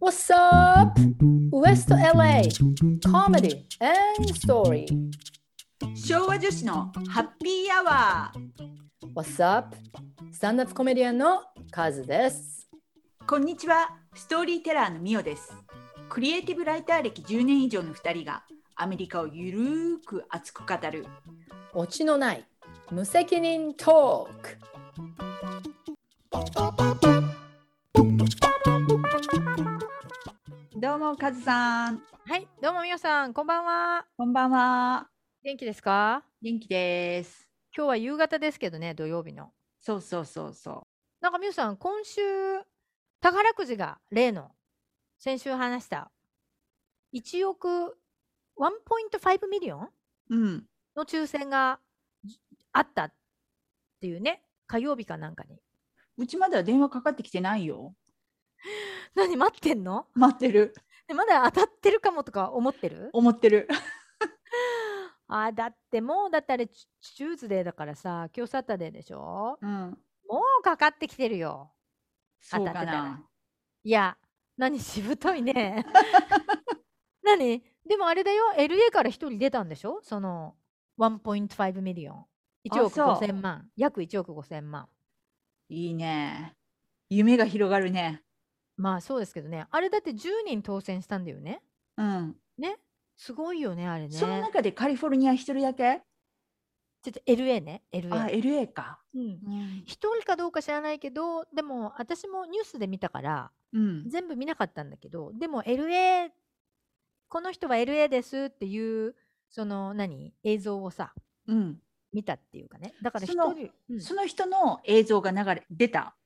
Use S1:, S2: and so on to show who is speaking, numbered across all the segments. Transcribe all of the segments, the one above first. S1: What's up? West LA Comedy and Story
S2: 昭和女子のハッピーアワー
S1: What's up? スタンダップコメディアンのカズです
S2: こんにちはストーリーテラーのミオですクリエイティブライター歴10年以上の2人がアメリカをゆるーく熱く語る
S1: オチのない無責任トーク
S2: どうもカズさん
S3: はい、どうもみなさん、こんばんは。
S2: こんばんは
S3: 元気ですか
S2: 元気です
S3: 今日は夕方ですけどね、土曜日の。
S2: そうそうそうそ
S3: なんかみなさん、今週、宝くじが例の、先週話した、1億、1.5ミリオン
S2: ううん
S3: の抽選がじあったっていうね、火曜日かなんかに。
S2: うちまだ電話かかってきてないよ
S3: 何、待ってんの
S2: 待ってる
S3: ねまだ当たってるかもとか思ってる
S2: 思ってる
S3: あー、だってもう、だってあれ、チチューズデーだからさ、今日サタデーでしょ
S2: うん
S3: もうかかってきてるよ。
S2: そうか
S3: 当たってた
S2: な
S3: らいや、何しぶといね。 何でもあれだよ、LA から一人出たんでしょその1.5ミリオン。1億
S2: そう
S3: 5千万。約1億5千万。
S2: いいね夢が広がるね
S3: まあそうですけどね。あれだって10人当選したんだよね。
S2: うん
S3: すごいよね、あれね。
S2: その中でカリフォルニア一人だけ、
S3: ちょっと LA ね、
S2: あ
S3: LA。
S2: LA か、
S3: うん
S2: うん
S3: 一人かどうか知らないけど、でも私もニュースで見たから、全部見なかったんだけどでも LA この人は LA ですっていうその何映像をさ
S2: うん
S3: 見たっていうかねだから一
S2: その
S3: 人、うん
S2: その人の映像が流れ出た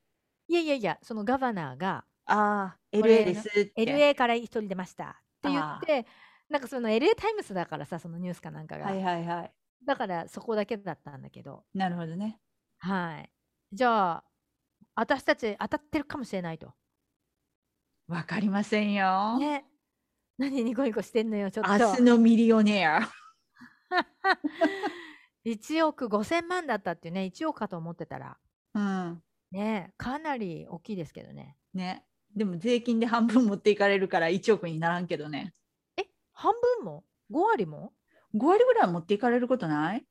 S3: いやいやいやそのガバナーが
S2: あー
S3: これ
S2: LA ですって
S3: LA から一人出ましたって言
S2: あ
S3: っ
S2: ー
S3: てなんかその LA タイムスだからさそのニュースかなんかが、
S2: はいはいはい
S3: だからそこだけだったんだけど
S2: なるほどね
S3: はいじゃあ私たち当たってるかもしれないと
S2: わかりませんよ、
S3: ね何ニコニコしてんのよちょっと
S2: 明日のミリオネア
S3: 1億5000万だったっていうね1億かと思ってたら
S2: うん
S3: ねえかなり大きいですけどね
S2: ねでも税金で半分持っていかれるから1億にならんけどね
S3: え半分も5割も
S2: 5割ぐらいは持っていかれることない
S3: い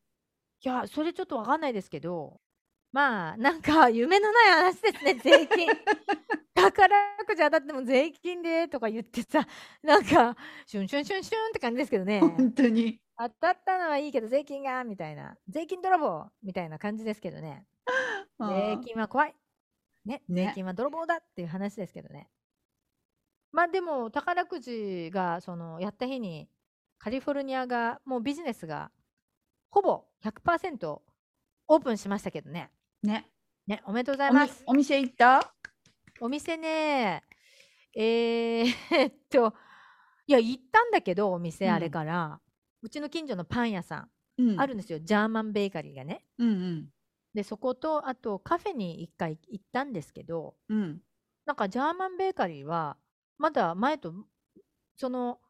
S3: やそれちょっとわかんないですけどまあ なんか夢のない話ですね税 金宝くじ当たっても税金でとか言ってさ なんかシュンシュンシュンシュンって感じですけどね
S2: 本当に
S3: 当たったのはいいけど税金がみたいな税金泥棒みたいな感じですけどね税金は怖い。ね、
S2: ね
S3: 税金は泥棒だっていう話ですけどね。まあでも、宝くじがそのやった日に、カリフォルニアがもうビジネスがほぼ100%オープンしましたけどね。
S2: ね
S3: ね、おめでとうござい
S2: おみ
S3: ます。
S2: お店行った
S3: お店ね、えーえっと、いや、行ったんだけど、お店あ
S2: う
S3: れ
S2: ん
S3: から、うちの近所のパン屋さん、
S2: うん
S3: あるんですよ、ジャーマンベーカリーがね。
S2: うん
S3: で、そこと、あとカフェに一回行ったんですけど、
S2: うんうん
S3: なんかジャーマンベーカリーはまだ前とその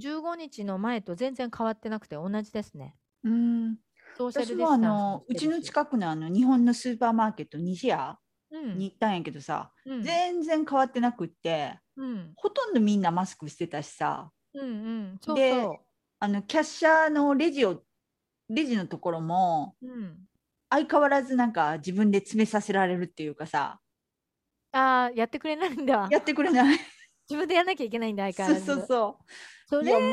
S3: 15日の前と全然変わってなくて同じですね。
S2: うん
S3: ソーシャ
S2: 私
S3: ルディ
S2: も
S3: スタ
S2: あ
S3: ンス
S2: の
S3: も
S2: う
S3: して
S2: ち
S3: る
S2: の
S3: し
S2: 近くのあの日本のスーパーマーケット西屋
S3: うん
S2: に行ったんやけどさ、
S3: うん
S2: 全然変わってなくって
S3: うん
S2: ほとんどみんなマスクしてたしさ
S3: うんうんそう
S2: で
S3: そ
S2: あのキャッシャーのレジをレジのところも
S3: う。うん、
S2: 相変わらずなんか自分で詰めさせられるっていうかさ
S3: ああやってくれないんだ。
S2: やってくれない
S3: 自分でやんなきゃいけないんだ相変わ
S2: そう
S3: らず。
S2: そうそ
S3: そう
S2: い
S3: れ
S2: やも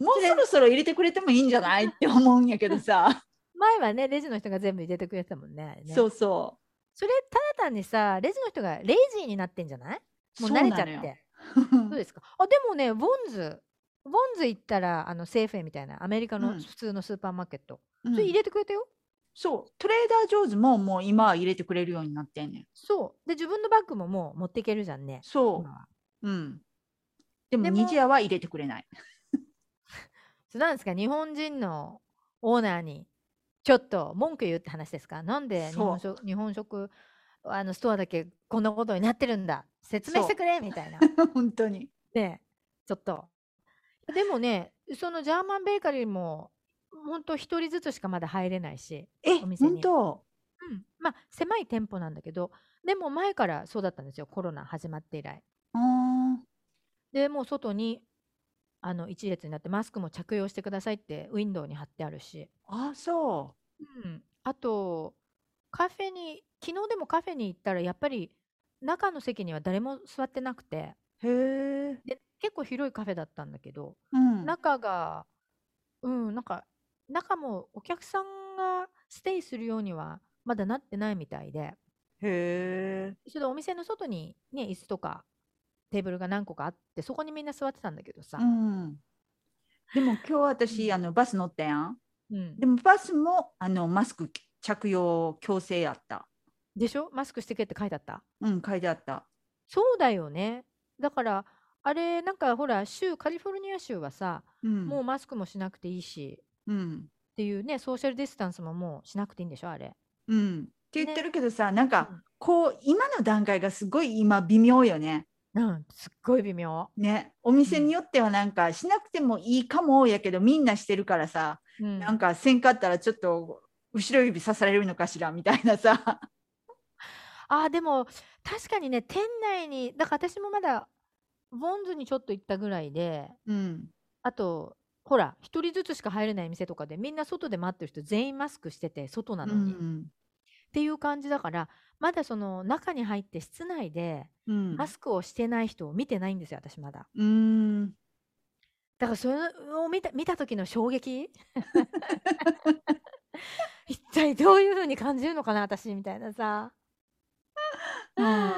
S2: うもうそろそろ入れてくれてもいいんじゃないって思うんやけどさ
S3: 前はねレジの人が全部入れてくれてたもん ね。ね
S2: そうそ
S3: それただ単にさレジの人がレイジーになってんじゃないうもう慣れちゃっ
S2: そうなのよ
S3: て。そうですか。あ、でもね、ボンズ、ボンズ行ったら、あの、セーフェみたいな、アメリカ
S2: う
S3: の
S2: ん
S3: 普通のスーパーマーケット。
S2: うん
S3: それ入れてくれたよ。
S2: そうトレーダー・ジョーズももう今は入れてくれるようになってんねん
S3: そう。で、自分のバッグももう持っていけるじゃんね。
S2: そ
S3: 今は
S2: ううんでも
S3: でも
S2: 西屋は入れてくれない
S3: そうなんですか、日本人のオーナーに、ちょっと文句言うって話ですか。なんで日本食、日本食、あの、ストアだけこんなことになってるんだ。説明してくれみた いな。
S2: 本当に
S3: ねちょっと。でもね、そのジャーマンベーカリーも、ほんと一人ずつしかまだ入れないし。
S2: え
S3: お店に
S2: 本当
S3: うん、まあ狭い店舗なんだけどでも前からそうだったんですよコロナ始まって以来
S2: あー
S3: でもう外にあの一列になってマスクも着用してくださいってウィンドウに貼ってあるし、
S2: あそ
S3: うん、あとカフェに昨日でもカフェに行ったらやっぱり中の席には誰も座ってなくて
S2: う。へえ。
S3: で結構広いカフェだったんだけど
S2: うん。
S3: 中がうんなんか中もお客さんがステイするようにはまだなってないみたいで
S2: へえ。
S3: それでお店の外にね椅子とかテーブルが何個かあってそこにみんな座ってたんだけどさ、
S2: うん。でも今日私あのバス乗ったやん。
S3: うん
S2: でもバスもあのマスク着用強制やった。
S3: でしょマスクしてけって書いてあった
S2: うん、書いてあった。
S3: そうだよねだからあれなんかほら州カリフォルニア州はさ、
S2: うん。
S3: もうマスクもしなくていいし
S2: うん。
S3: っていうねソーシャルディスタンスももうしなくていいんでしょあれ
S2: うん。って言ってるけどさ、なんか
S3: うん
S2: こう今の段階がすごい今微妙よね。
S3: うんすっごい微妙、
S2: ね、お店によってはなんかしなくてもいいかもやけどみんなしてるからさ、
S3: うん、
S2: なんかせんかったらちょっと後ろ指さされるのかしらみたいなさ。
S3: あーでも確かにね店内にだから私もまだボンズにちょっと行ったぐらいで
S2: うん。
S3: あとほら一人ずつしか入れない店とかでみんな外で待ってる人全員マスクしてて外な
S2: う
S3: のに、っ
S2: ん。
S3: ていう感じだからまだその中に入って室内で
S2: うん
S3: マスクをしてない人を見てないんですよ私まだ
S2: うん。
S3: だからそれを見た見た時の衝撃 一体どういうふうに感じるのかな私みたいなさ
S2: うん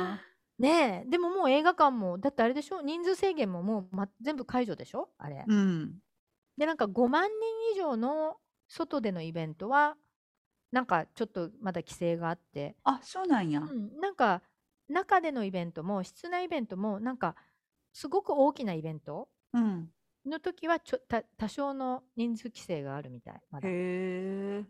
S3: ねえでももう映画館もだってあれでしょ人数制限ももう、ま、全部解除でしょあ れ、
S2: うん。
S3: でなんか5万人以上の外でのイベントはなんかちょっとまだ規制があって、
S2: あ、そうなんや。
S3: うんなんか中でのイベントも室内イベントもなんかすごく大きなイベント
S2: うん。
S3: の時はちょた多少の人数規制があるみたいまだ
S2: へえ。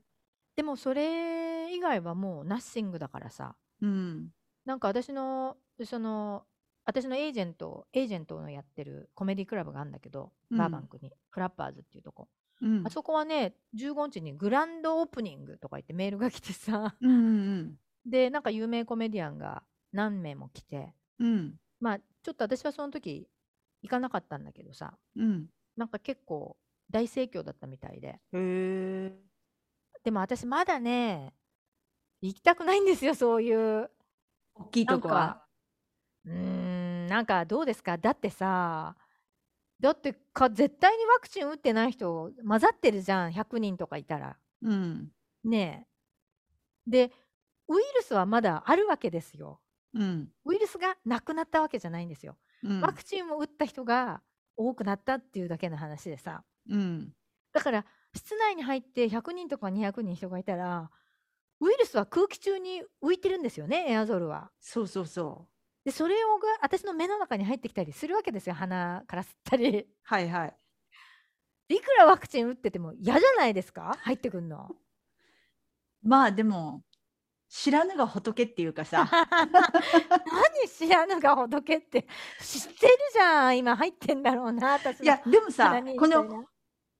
S3: でもそれ以外はもうナッシングだからさ
S2: うん。
S3: なんか私のその私のエージェントエージェントのやってるコメディクラブがあるんだけど、
S2: うん
S3: バーバンクにフラッパーズっていうとこ、
S2: うん
S3: あ。そこはね15日にグランドオープニングとか言ってメールが来てさ
S2: うん。うん。
S3: でなんか有名コメディアンが何名も来て
S2: うん。
S3: まあちょっと私はその時行かなかったんだけどさ
S2: うん。
S3: なんか結構大盛況だったみたいで
S2: へえ。
S3: でも私まだね行きたくないんですよそういう
S2: 大きいとこは。
S3: うーん、なんかどうですかだってさ、だってか絶対にワクチン打ってない人混ざってるじゃん、100人とかいたら。
S2: うん。
S3: ねえ。で、ウイルスはまだあるわけですよ。
S2: うん。
S3: ウイルスがなくなったわけじゃないんですよ。
S2: うん
S3: ワクチンを打った人が多くなったっていうだけの話でさ。
S2: うん。
S3: だから、室内に入って100人とか200人人がいたら、ウイルスは空気中に浮いてるんですよね、エアゾルは。
S2: そうそうそ
S3: でそれをが私の目の中に入ってきたりするわけですよ鼻から吸ったり
S2: う。はいはい。
S3: いくらワクチン打ってても嫌じゃないですか入ってくんの
S2: まあでも知らぬが仏っていうかさ
S3: 何知らぬが仏って知ってるじゃん今入ってんだろうな私の
S2: いやでもさ
S3: 鼻に
S2: この
S3: みたいな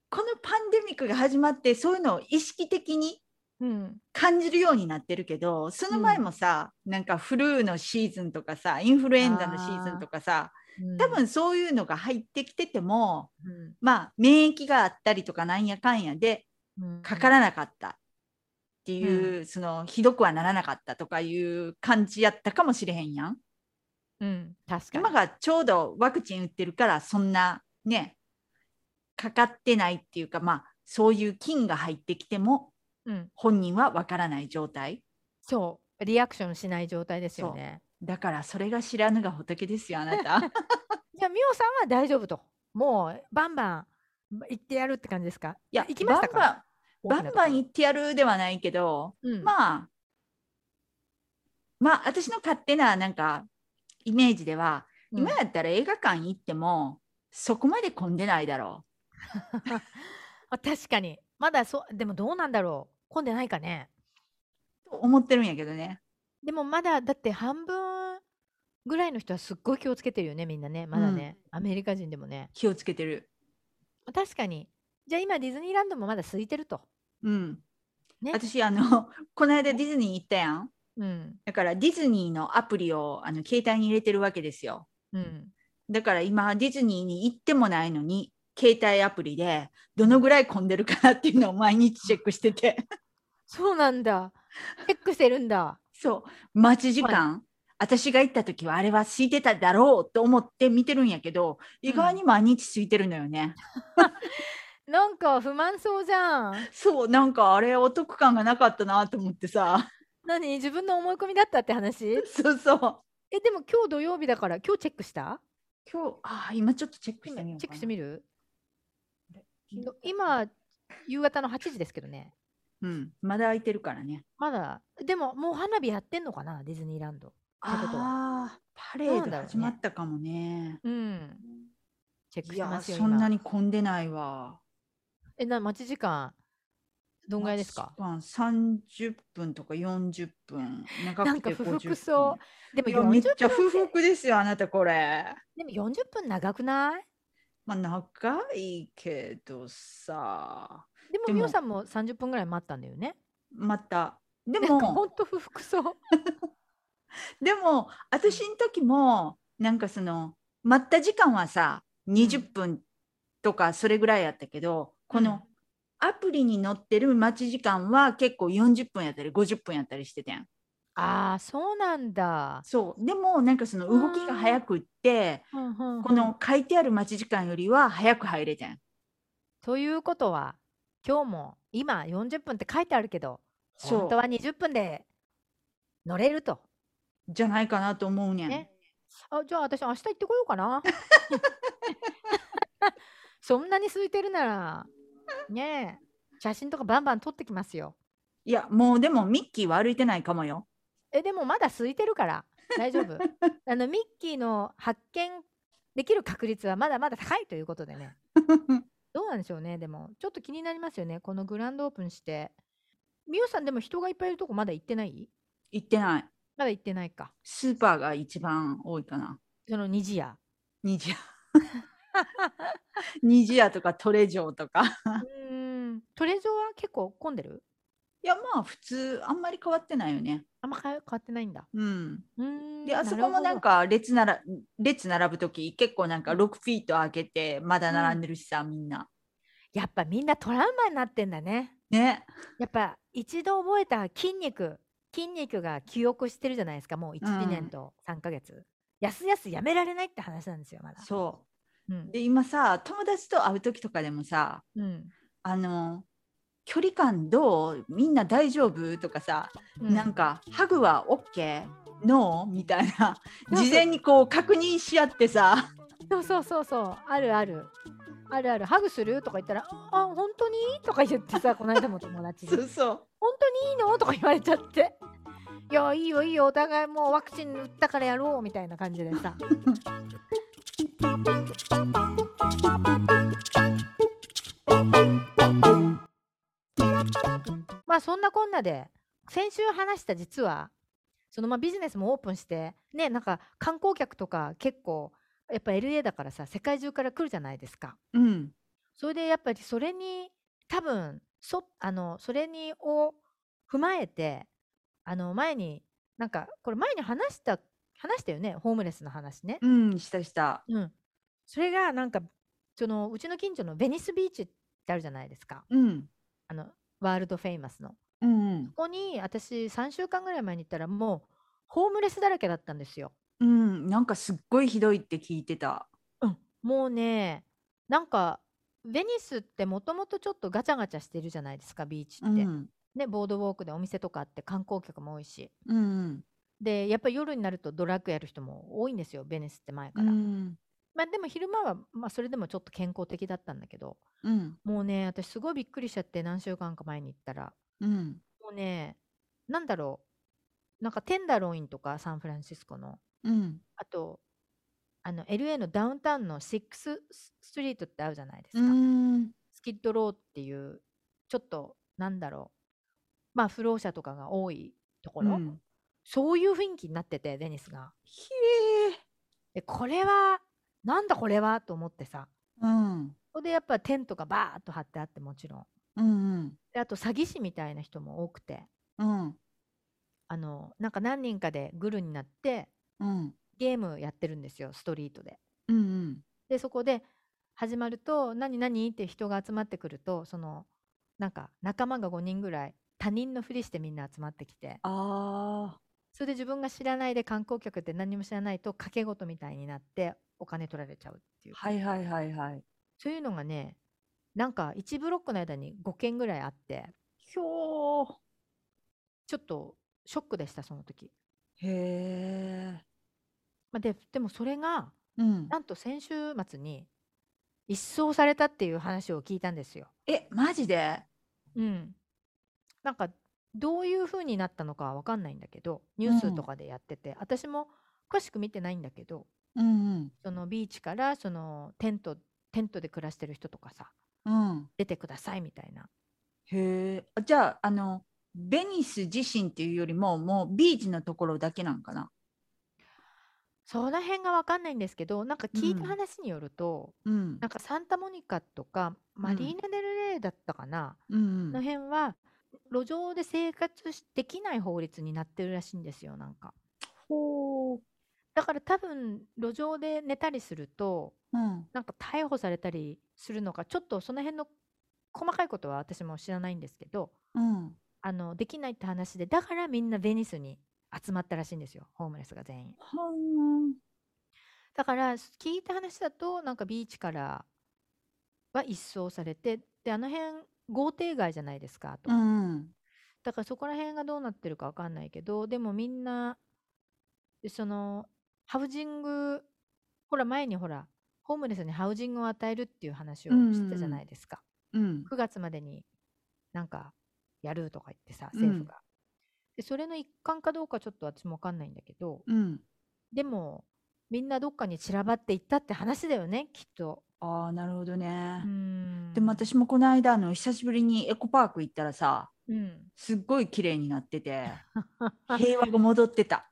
S2: このパンデミックが始まってそういうのを意識的に
S3: うん
S2: 感じるようになってるけどその前もさ、なんかフルーのシーズンとかさインフルエンザのシーズンとかさ
S3: うん
S2: 多分そういうのが入ってきてても
S3: うん
S2: まあ免疫があったりとかなんやかんやで
S3: うん
S2: かからなかったっていう、そのひどくはならなかったとかいう感じやったかもしれへんやん。
S3: うん確かに
S2: 今がちょうどワクチン打ってるからそんなねかかってないっていうかまあそういう菌が入ってきても
S3: うん、
S2: 本人はわからない状態
S3: そうリアクションしない状態ですよね
S2: だからそれが知らぬが仏ですよあな た
S3: じゃあ美桜さんは大丈夫ともうバンバン行ってやるって感じですか
S2: いや
S3: 行きましたか
S2: バンバンバンバン
S3: 行
S2: 言ってやるではないけど、
S3: うん
S2: まあまあ私の勝手ななんかイメージでは、
S3: うん
S2: 今やったら映画館行ってもそこまで混んでないだろ
S3: あ確かにまだそうでもどうなんだろう混んでないかね
S2: うと思ってるんやけどね
S3: でもまだだって半分ぐらいの人はすっごい気をつけてるよねみんなねまだね、アメリカ人でもね
S2: 気をつけてる。
S3: 確かにじゃあ今ディズニーランドもまだ空いてると
S2: うん
S3: ね
S2: 私あのこの間ディズニー行ったやん
S3: うん
S2: だからディズニーのアプリをあの携帯に入れてるわけですよ
S3: うん
S2: だから今ディズニーに行ってもないのに携帯アプリでどのぐらい混んでるかなっていうのを毎日チェックして て
S3: そうなんだ。チェックしてるんだ。
S2: そう待ち時間、私が行った時はあれは空いてただろうと思って見てるんやけど意外に毎日空いてるのよね、
S3: なんか不満そうじゃん。
S2: そうなんかあれお得感がなかったなと思ってさ
S3: 何自分の思い込みだったって話
S2: そうそう
S3: え、でも今日土曜日だから今日チェックした
S2: 今日あー今ちょっとチェックし
S3: 今
S2: てみようかな
S3: チェックしてみる
S2: れ
S3: ど今、夕方の8時ですけどね。
S2: うんまだ空いてるからね
S3: まだ、でももう花火やってんのかなディズニーランド。ってことは
S2: ああパレ
S3: どう
S2: ー
S3: なん
S2: ド
S3: だろうね
S2: 始まったかもね
S3: うん。チェック
S2: い
S3: して
S2: やー
S3: ますよ、
S2: そんな
S3: 今。
S2: に混んでないわ
S3: え、な、待ち時間、どんぐらいですか
S2: 待ち時間30分とか40分長
S3: な
S2: く
S3: んか
S2: て
S3: 不
S2: 50
S3: 服そ
S2: 分
S3: でも
S2: いやめっ
S3: 40
S2: ちゃ不服ですよあなたこれ
S3: でも40分長くない
S2: まあ長いけどさ
S3: でも
S2: で
S3: みお
S2: も
S3: さんも30分ぐらい待ったんだよね。
S2: またで
S3: なんかほ
S2: も
S3: んと不服そう。
S2: でも私の時もなんかその待った時間はさ20分とかそれぐらいやったけど、このアプリに載ってる待ち時間は結構40分やったり50分やったりしててん
S3: ああ、そうなんだ。
S2: そうでもなんかその動きが早くって
S3: うんうんうん
S2: この書いてある待ち時間よりは早く入れてん
S3: ということは今日も今40分って書いてあるけど
S2: そう
S3: 本当は20分で乗れると。
S2: じゃないかなと思うねん
S3: ねあじゃあ私明日行ってこようか な。 そんなに空いてるならねえ写真とかバンバン撮ってきますよ。
S2: いやもうでもミッキーは歩いてないかもよ
S3: えでもまだ空いてるから大丈夫あのミッキーの発見できる確率はまだまだ高いということでねどうなんでしょうねでもちょっと気になりますよねこのグランドオープンしてみおさんでも人がいっぱいいるとこまだ行ってない
S2: 行ってない
S3: まだ行ってないか
S2: スーパーが一番多いかな
S3: その二次屋
S2: ニ ジアニジアとかトレジョーとか
S3: うーんトレジョは結構混んでる
S2: いやまあ普通あんまり変わってないよね
S3: あんま変わ変わってないんだ
S2: うん
S3: うーん
S2: であそこもなん
S3: か
S2: か列なら列並ぶ時結構なんか6フィート開けてまだ並んでるしさ、みんな
S3: やっぱみんなトラウマになってんだね
S2: ね
S3: やっぱ一度覚えた筋肉筋肉が記憶してるじゃないですかもう
S2: う
S3: 12
S2: ん
S3: 年と3ヶ月、やすやすやめられないって話なんですよまだ
S2: そううんで今さ友達と会う時とかでもさ
S3: うん
S2: あの距離感どうみんな大丈夫とかさ、
S3: うん
S2: なんかハグは OK ノーみたい な
S3: そうそう
S2: 事前にこう確認し合ってさ
S3: そうそうそうそうあるあるあるあるハグするとか言ったら「ああ本当に?」とか言ってさこの間も友 達に
S2: そうそう
S3: 「本当にいいの?」とか言われちゃって「いやいいよいいよお互いもうワクチン打ったからやろう」みたいな感じでさまあそんなこんなで先週話した実はそのまあビジネスもオープンしてねなんか観光客とか結構やっぱ LA だからさ世界中から来るじゃないですか。
S2: うん
S3: それでやっぱりそれに多分そあのそれにを踏まえてあの前になんかこれ前に話した話したよねホームレスの話ね。
S2: うんしたした
S3: うん、それがなんかそのうちの近所のベニスビーチってあるじゃないですか
S2: うん
S3: あのワールドフェイマスの。
S2: うん
S3: ここに私3週間ぐらい前に行ったらもうホームレスだらけだったんですよ。
S2: うんなんかすっごいひどいって聞いてた
S3: うん、もうねなんかベニスってもともとちょっとガチャガチャしてるじゃないですかビーチって。
S2: うん
S3: ね、ボードウォークでお店とかあって観光客も多いし
S2: うん
S3: でやっぱり夜になるとドラッグやる人も多いんですよベネスって前
S2: う
S3: から、
S2: ん
S3: まあでも昼間は、まあ、それでもちょっと健康的だったんだけど
S2: うん
S3: もうね私すごいびっくりしちゃって何週間か前に行ったら
S2: うん
S3: もうねなんだろうなんかテンダロインとかサンフランシスコの
S2: うん
S3: あとあの LA のダウンタウンの6スストリートってあるじゃないです
S2: う
S3: か、
S2: ん
S3: スキッドローっていうちょっとなんだろうまあ不老者とかが多いところ、
S2: うん
S3: そういう雰囲気になっててデニスが。
S2: ひえ
S3: でこれはなんだこれはと思ってさ
S2: うん
S3: そこでやっぱテントがバーッと張ってあってもちろん
S2: うん
S3: であと詐欺師みたいな人も多くて
S2: うん
S3: あのなんか何人かでグルになって
S2: うん
S3: ゲームやってるんですよストリートで。
S2: うんうん
S3: でそこで始まると「何何?」って人が集まってくるとそのなんか仲間が5人ぐらい他人のふりしてみんな集まってきて
S2: ああ
S3: それで自分が知らないで観光客って何にも知らないと賭け事みたいになってお金取られちゃうっていう、
S2: はいはいはいはい
S3: そういうのがねなんか1ブロックの間に5件ぐらいあって
S2: ひょー
S3: ちょっとショックでしたその時、
S2: へえ
S3: まあ、ででもそれが
S2: うん
S3: なんと先週末に一掃されたっていう話を聞いたんですよ。
S2: えマジで
S3: うん、なんかどういう風になったのかは分かんないんだけどニュー
S2: う
S3: ス
S2: ん
S3: とかでやってて、私も詳しく見てないんだけど
S2: うん
S3: そのビーチからそのテントテントで暮らしてる人とかさ
S2: うんうん
S3: 出てくださいみたいな
S2: へえあじゃああのベニス自身っていうよりももうビーチのところだけなんかな
S3: その辺が分かんないんですけどなんか聞いうた
S2: ん
S3: 話によると、
S2: うん
S3: なんかサンタモニカとかマリーナ・デル・レイだったかな、
S2: うんう
S3: の
S2: ん
S3: 辺は路上で生活しできない法律になってるらしいんですよなんか。
S2: ほう
S3: だから多分路上で寝たりすると
S2: うん
S3: なんか逮捕されたりするのかちょっとその辺の細かいことは私も知らないんですけど
S2: うん
S3: あのできないって話でだからみんなベニスに集まったらしいんですよホームレスが全員
S2: はん
S3: だから聞いた話だとなんかビーチからは一掃されてであの辺豪邸街じゃないですかと、
S2: うん
S3: だからそこら辺がどうなってるかわかんないけどでもみんなそのハウジングほら前にほらホームレスにハウジングを与えるっていう話をしたじゃないですか、
S2: うん
S3: 9月までになんかやるとか言ってさ
S2: うん
S3: 政府が、でそれの一環かどうかちょっと私も分かんないんだけど
S2: うん
S3: でもみんなどっかに散らばっていったって話だよねきっと
S2: ああなるほどね
S3: うーん
S2: でも私もこの間あの久しぶりにエコパーク行ったらさ
S3: うん
S2: すっごい綺麗になって て平和が戻ってた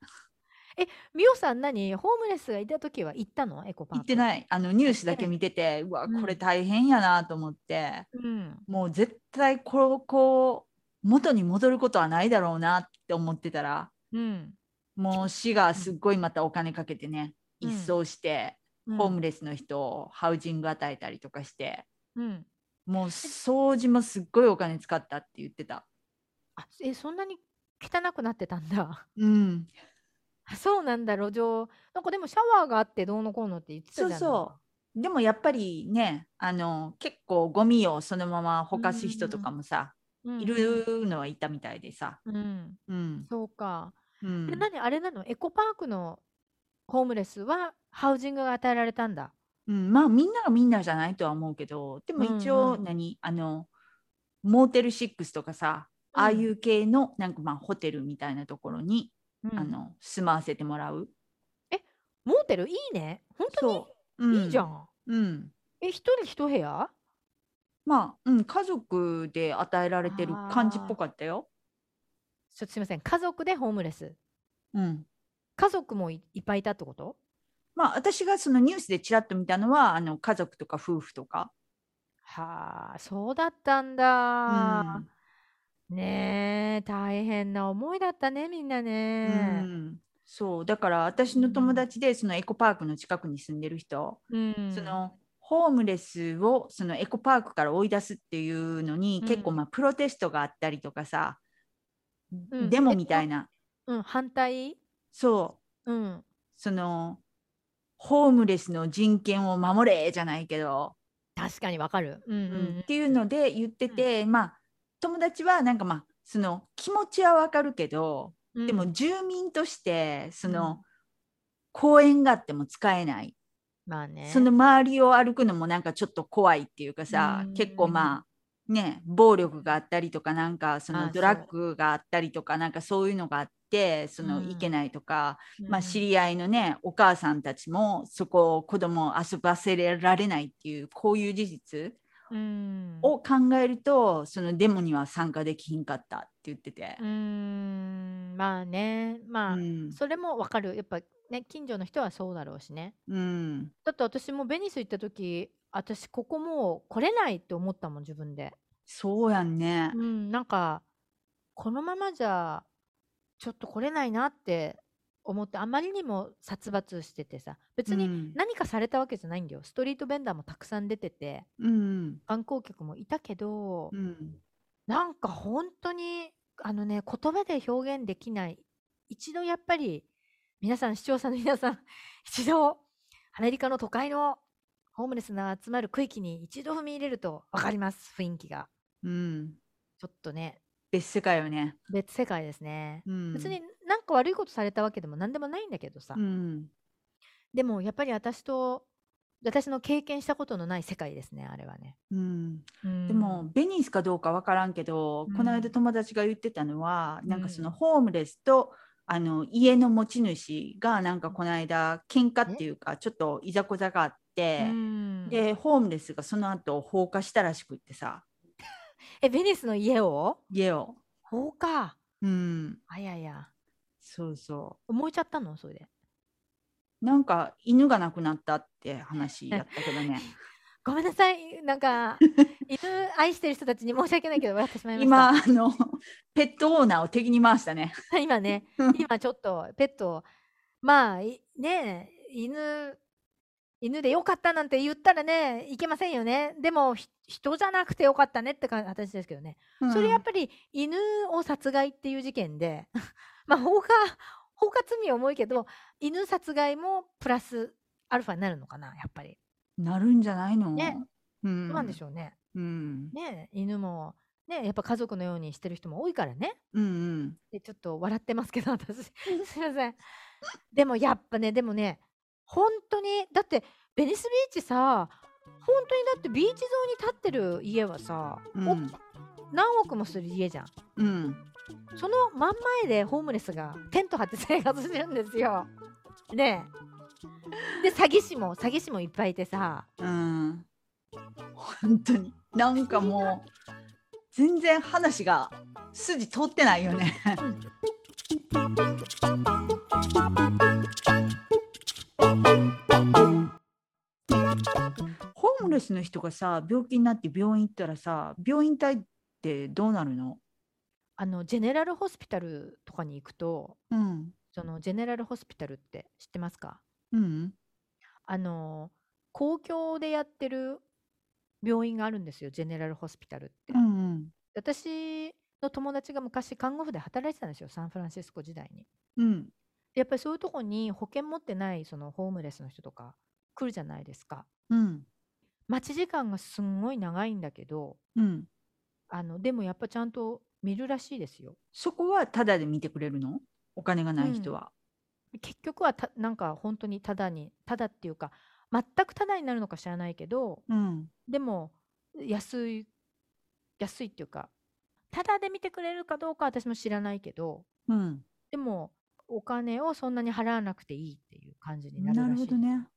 S3: ミオさん何ホームレスがいた時は行ったのエコパー
S2: 行っ
S3: ク
S2: て
S3: い、
S2: ないあのニュースだけ見ててうわ
S3: うん
S2: これ大変やなと思って、
S3: うん、
S2: もう絶対ここ元に戻ることはないだろうなって思ってたら
S3: うん
S2: もう市がすっごいまたお金かけてね、
S3: うん
S2: 一掃して、
S3: うん、
S2: ホームレスの人をハウジング与えたりとかして
S3: うん
S2: もう掃除もすっごいお金使ったって言ってた。
S3: あえそんなに汚くなってたんだ
S2: うん
S3: あそうなんだ路上なんかでもシャワーがあってどうのこうのって言ってたじ
S2: そ
S3: ゃ
S2: うんそう。でもやっぱりね、あの結構ゴミをそのままほかす人とかもさ、
S3: う、うん、
S2: いるのはいたみたいでさ。
S3: うん
S2: うん。
S3: そうか
S2: うん
S3: で、何あれなのエコパークのホームレスはハウジングが与えられたんだ。
S2: うんまあみんながみんなじゃないとは思うけど、でも一
S3: うん
S2: 応
S3: うん
S2: 何、あの、モーテル6とかさ、ああいう系のなんかまあホテルみたいなところに、
S3: うん
S2: あの住まわせてもらう。
S3: モーテルいいね。本当
S2: う。
S3: に、
S2: う
S3: いいじゃ
S2: ん。
S3: ん。
S2: うん。
S3: え一人一部屋
S2: まあ、うん、家族で与えられてる感じっぽかったよ。
S3: ちょっとすみません家族でホームレス。
S2: うん。
S3: 家族もいいっぱいいたってこと
S2: まあ、私がそのニュースでちらっと見たのはあの家族とか夫婦とか、
S3: はあそうだったん
S2: う
S3: だ。
S2: ん
S3: ねえ大変な思いだったねみんな
S2: う
S3: ね。
S2: ん、そうだから私の友達でそのエコパークの近くに住んでる人、
S3: うん
S2: そのホームレスをそのエコパークから追い出すっていうのに
S3: うん
S2: 結構まあプロテストがあったりとかさ、
S3: うん
S2: デモみたいな、
S3: うん、反対
S2: そう
S3: うん
S2: そのホームレスの人権を守れじゃないけど、
S3: 確かにわかる。うんうん
S2: うんっていうので言ってて、まあ友達はなんかまあその気持ちはわかるけど
S3: うん、
S2: で
S3: う
S2: も
S3: ん
S2: 住民としてその、
S3: うん
S2: 公園があっても使えない、
S3: まあね
S2: その周りを歩くのもなんかちょっと怖いっていうかさ、
S3: うん
S2: 結構まあね暴力があったりとかなんかそ
S3: まあ
S2: の
S3: そう
S2: ドラッグがあったりとかなんかそういうのがあってその
S3: うん
S2: いけないとか、まあ知
S3: り
S2: り合いのねお母さんたちもそこを子供を遊ばせられないっていうこういう事実
S3: うん
S2: を考えるとそのデモには参加できひんかったって言ってて
S3: うー。んまあねまあ、
S2: うん
S3: それもわかるやっぱね近所の人はそうだろうしね
S2: うん
S3: だって私もベニス行った時私ここもう来れないって思ったもん自分で、
S2: そうやんね。
S3: うん、なんかこのままじゃちょっと来れないなって思ってあまりにも殺伐しててさ別
S2: う
S3: に
S2: ん
S3: 何かされたわけじゃないんだよストリートベンダーもたくさん出てて
S2: うん
S3: 観光客もいたけど、
S2: うん
S3: なんか本当にあのね言葉で表現できない一度やっぱり皆さん視聴者の皆さん 一度アメリカの都会のホームレスが集まる区域に一度踏み入れると分かります雰囲気が
S2: うん
S3: ちょっとね
S2: 別世界よね、
S3: 別世界ですね、
S2: うん、
S3: 別になんか悪いことされたわけでも何でもないんだけどさ、
S2: うん
S3: でもやっぱり私と私の経験したことのない世界ですねあれはね、
S2: うん
S3: うん
S2: でもベニスかどうかわからんけど、
S3: うん
S2: この間友達が言ってたのは、なんかその
S3: うん
S2: ホームレスとあの家の持ち主がなんかこの間喧嘩っていうかちょっといざこざがあっ
S3: う
S2: て、
S3: ん
S2: でホームレスがその後放火したらしくってさ
S3: えベニスの家を
S2: 家を。
S3: 放火
S2: うん
S3: あやや
S2: そうそ
S3: 燃えちゃったのそれで
S2: うなんか犬が亡くなったって話やったけど ね
S3: ごめんなさいなん か犬愛してる人たちに申し訳ないけど笑ってしまいま
S2: 今
S3: し
S2: あのペットオーナーを敵に回したね。
S3: た今 今ね今ちょっとペットをまあいねえ犬犬でよかったなんて言ったらねいけませんよねでもひ人じゃなくてよかったねって感形ですけどねそれやっぱり犬を殺害っていう事件で まあ放火放火罪は重いけど犬殺害もプラスアルファになるのかなやっぱり
S2: うんなるんじゃないの、
S3: ね
S2: うん、
S3: そうなんでしょうね、
S2: うん
S3: ねえ犬もねえやっぱ家族のようにしてる人も多いからね
S2: うんうん
S3: でちょっと笑ってますけど私 すいませんでもやっぱねでもね本当にだってベニスビーチさ本当にだってビーチ沿いに立ってる家はさ、お
S2: うん
S3: 何億もする家じゃん
S2: うん
S3: その真ん前でホームレスがテント張って生活してるんですよ。ねえ。で詐欺師も詐欺師もいっぱいいてさ
S2: うん本当になんかもう全然話が筋通ってないよね。ホームレスの人がさ病気になって病院行ったらさ病院体ってどうなるの、
S3: あのジェネラルホスピタルとかに行くと
S2: うん
S3: そのジェネラルホスピタルって知ってますか
S2: うん、
S3: あの公共でやってる病院があるんですよジェネラルホスピタルって。
S2: うん
S3: 私の友達が昔看護婦で働いてたんですよサンフランシスコ時代に。
S2: うん
S3: でやっぱりそういうとこに保険持ってないそのホームレスの人とか来るじゃないですか。
S2: うん
S3: 待ち時間がすんごい長いんだけど
S2: うん
S3: あのでもやっぱちゃんと見るらしいですよ
S2: そこはタダで見てくれるのお金がない人は。
S3: 結局はたなんか本当にただにただっていうか全くただになるのか知らないけど
S2: うん
S3: でも安い安いっていうかただで見てくれるかどうかは私も知らないけど
S2: うん、
S3: でもお金をそんなに払わなくていいっていう感じになる
S2: なる
S3: らしい
S2: ほどね。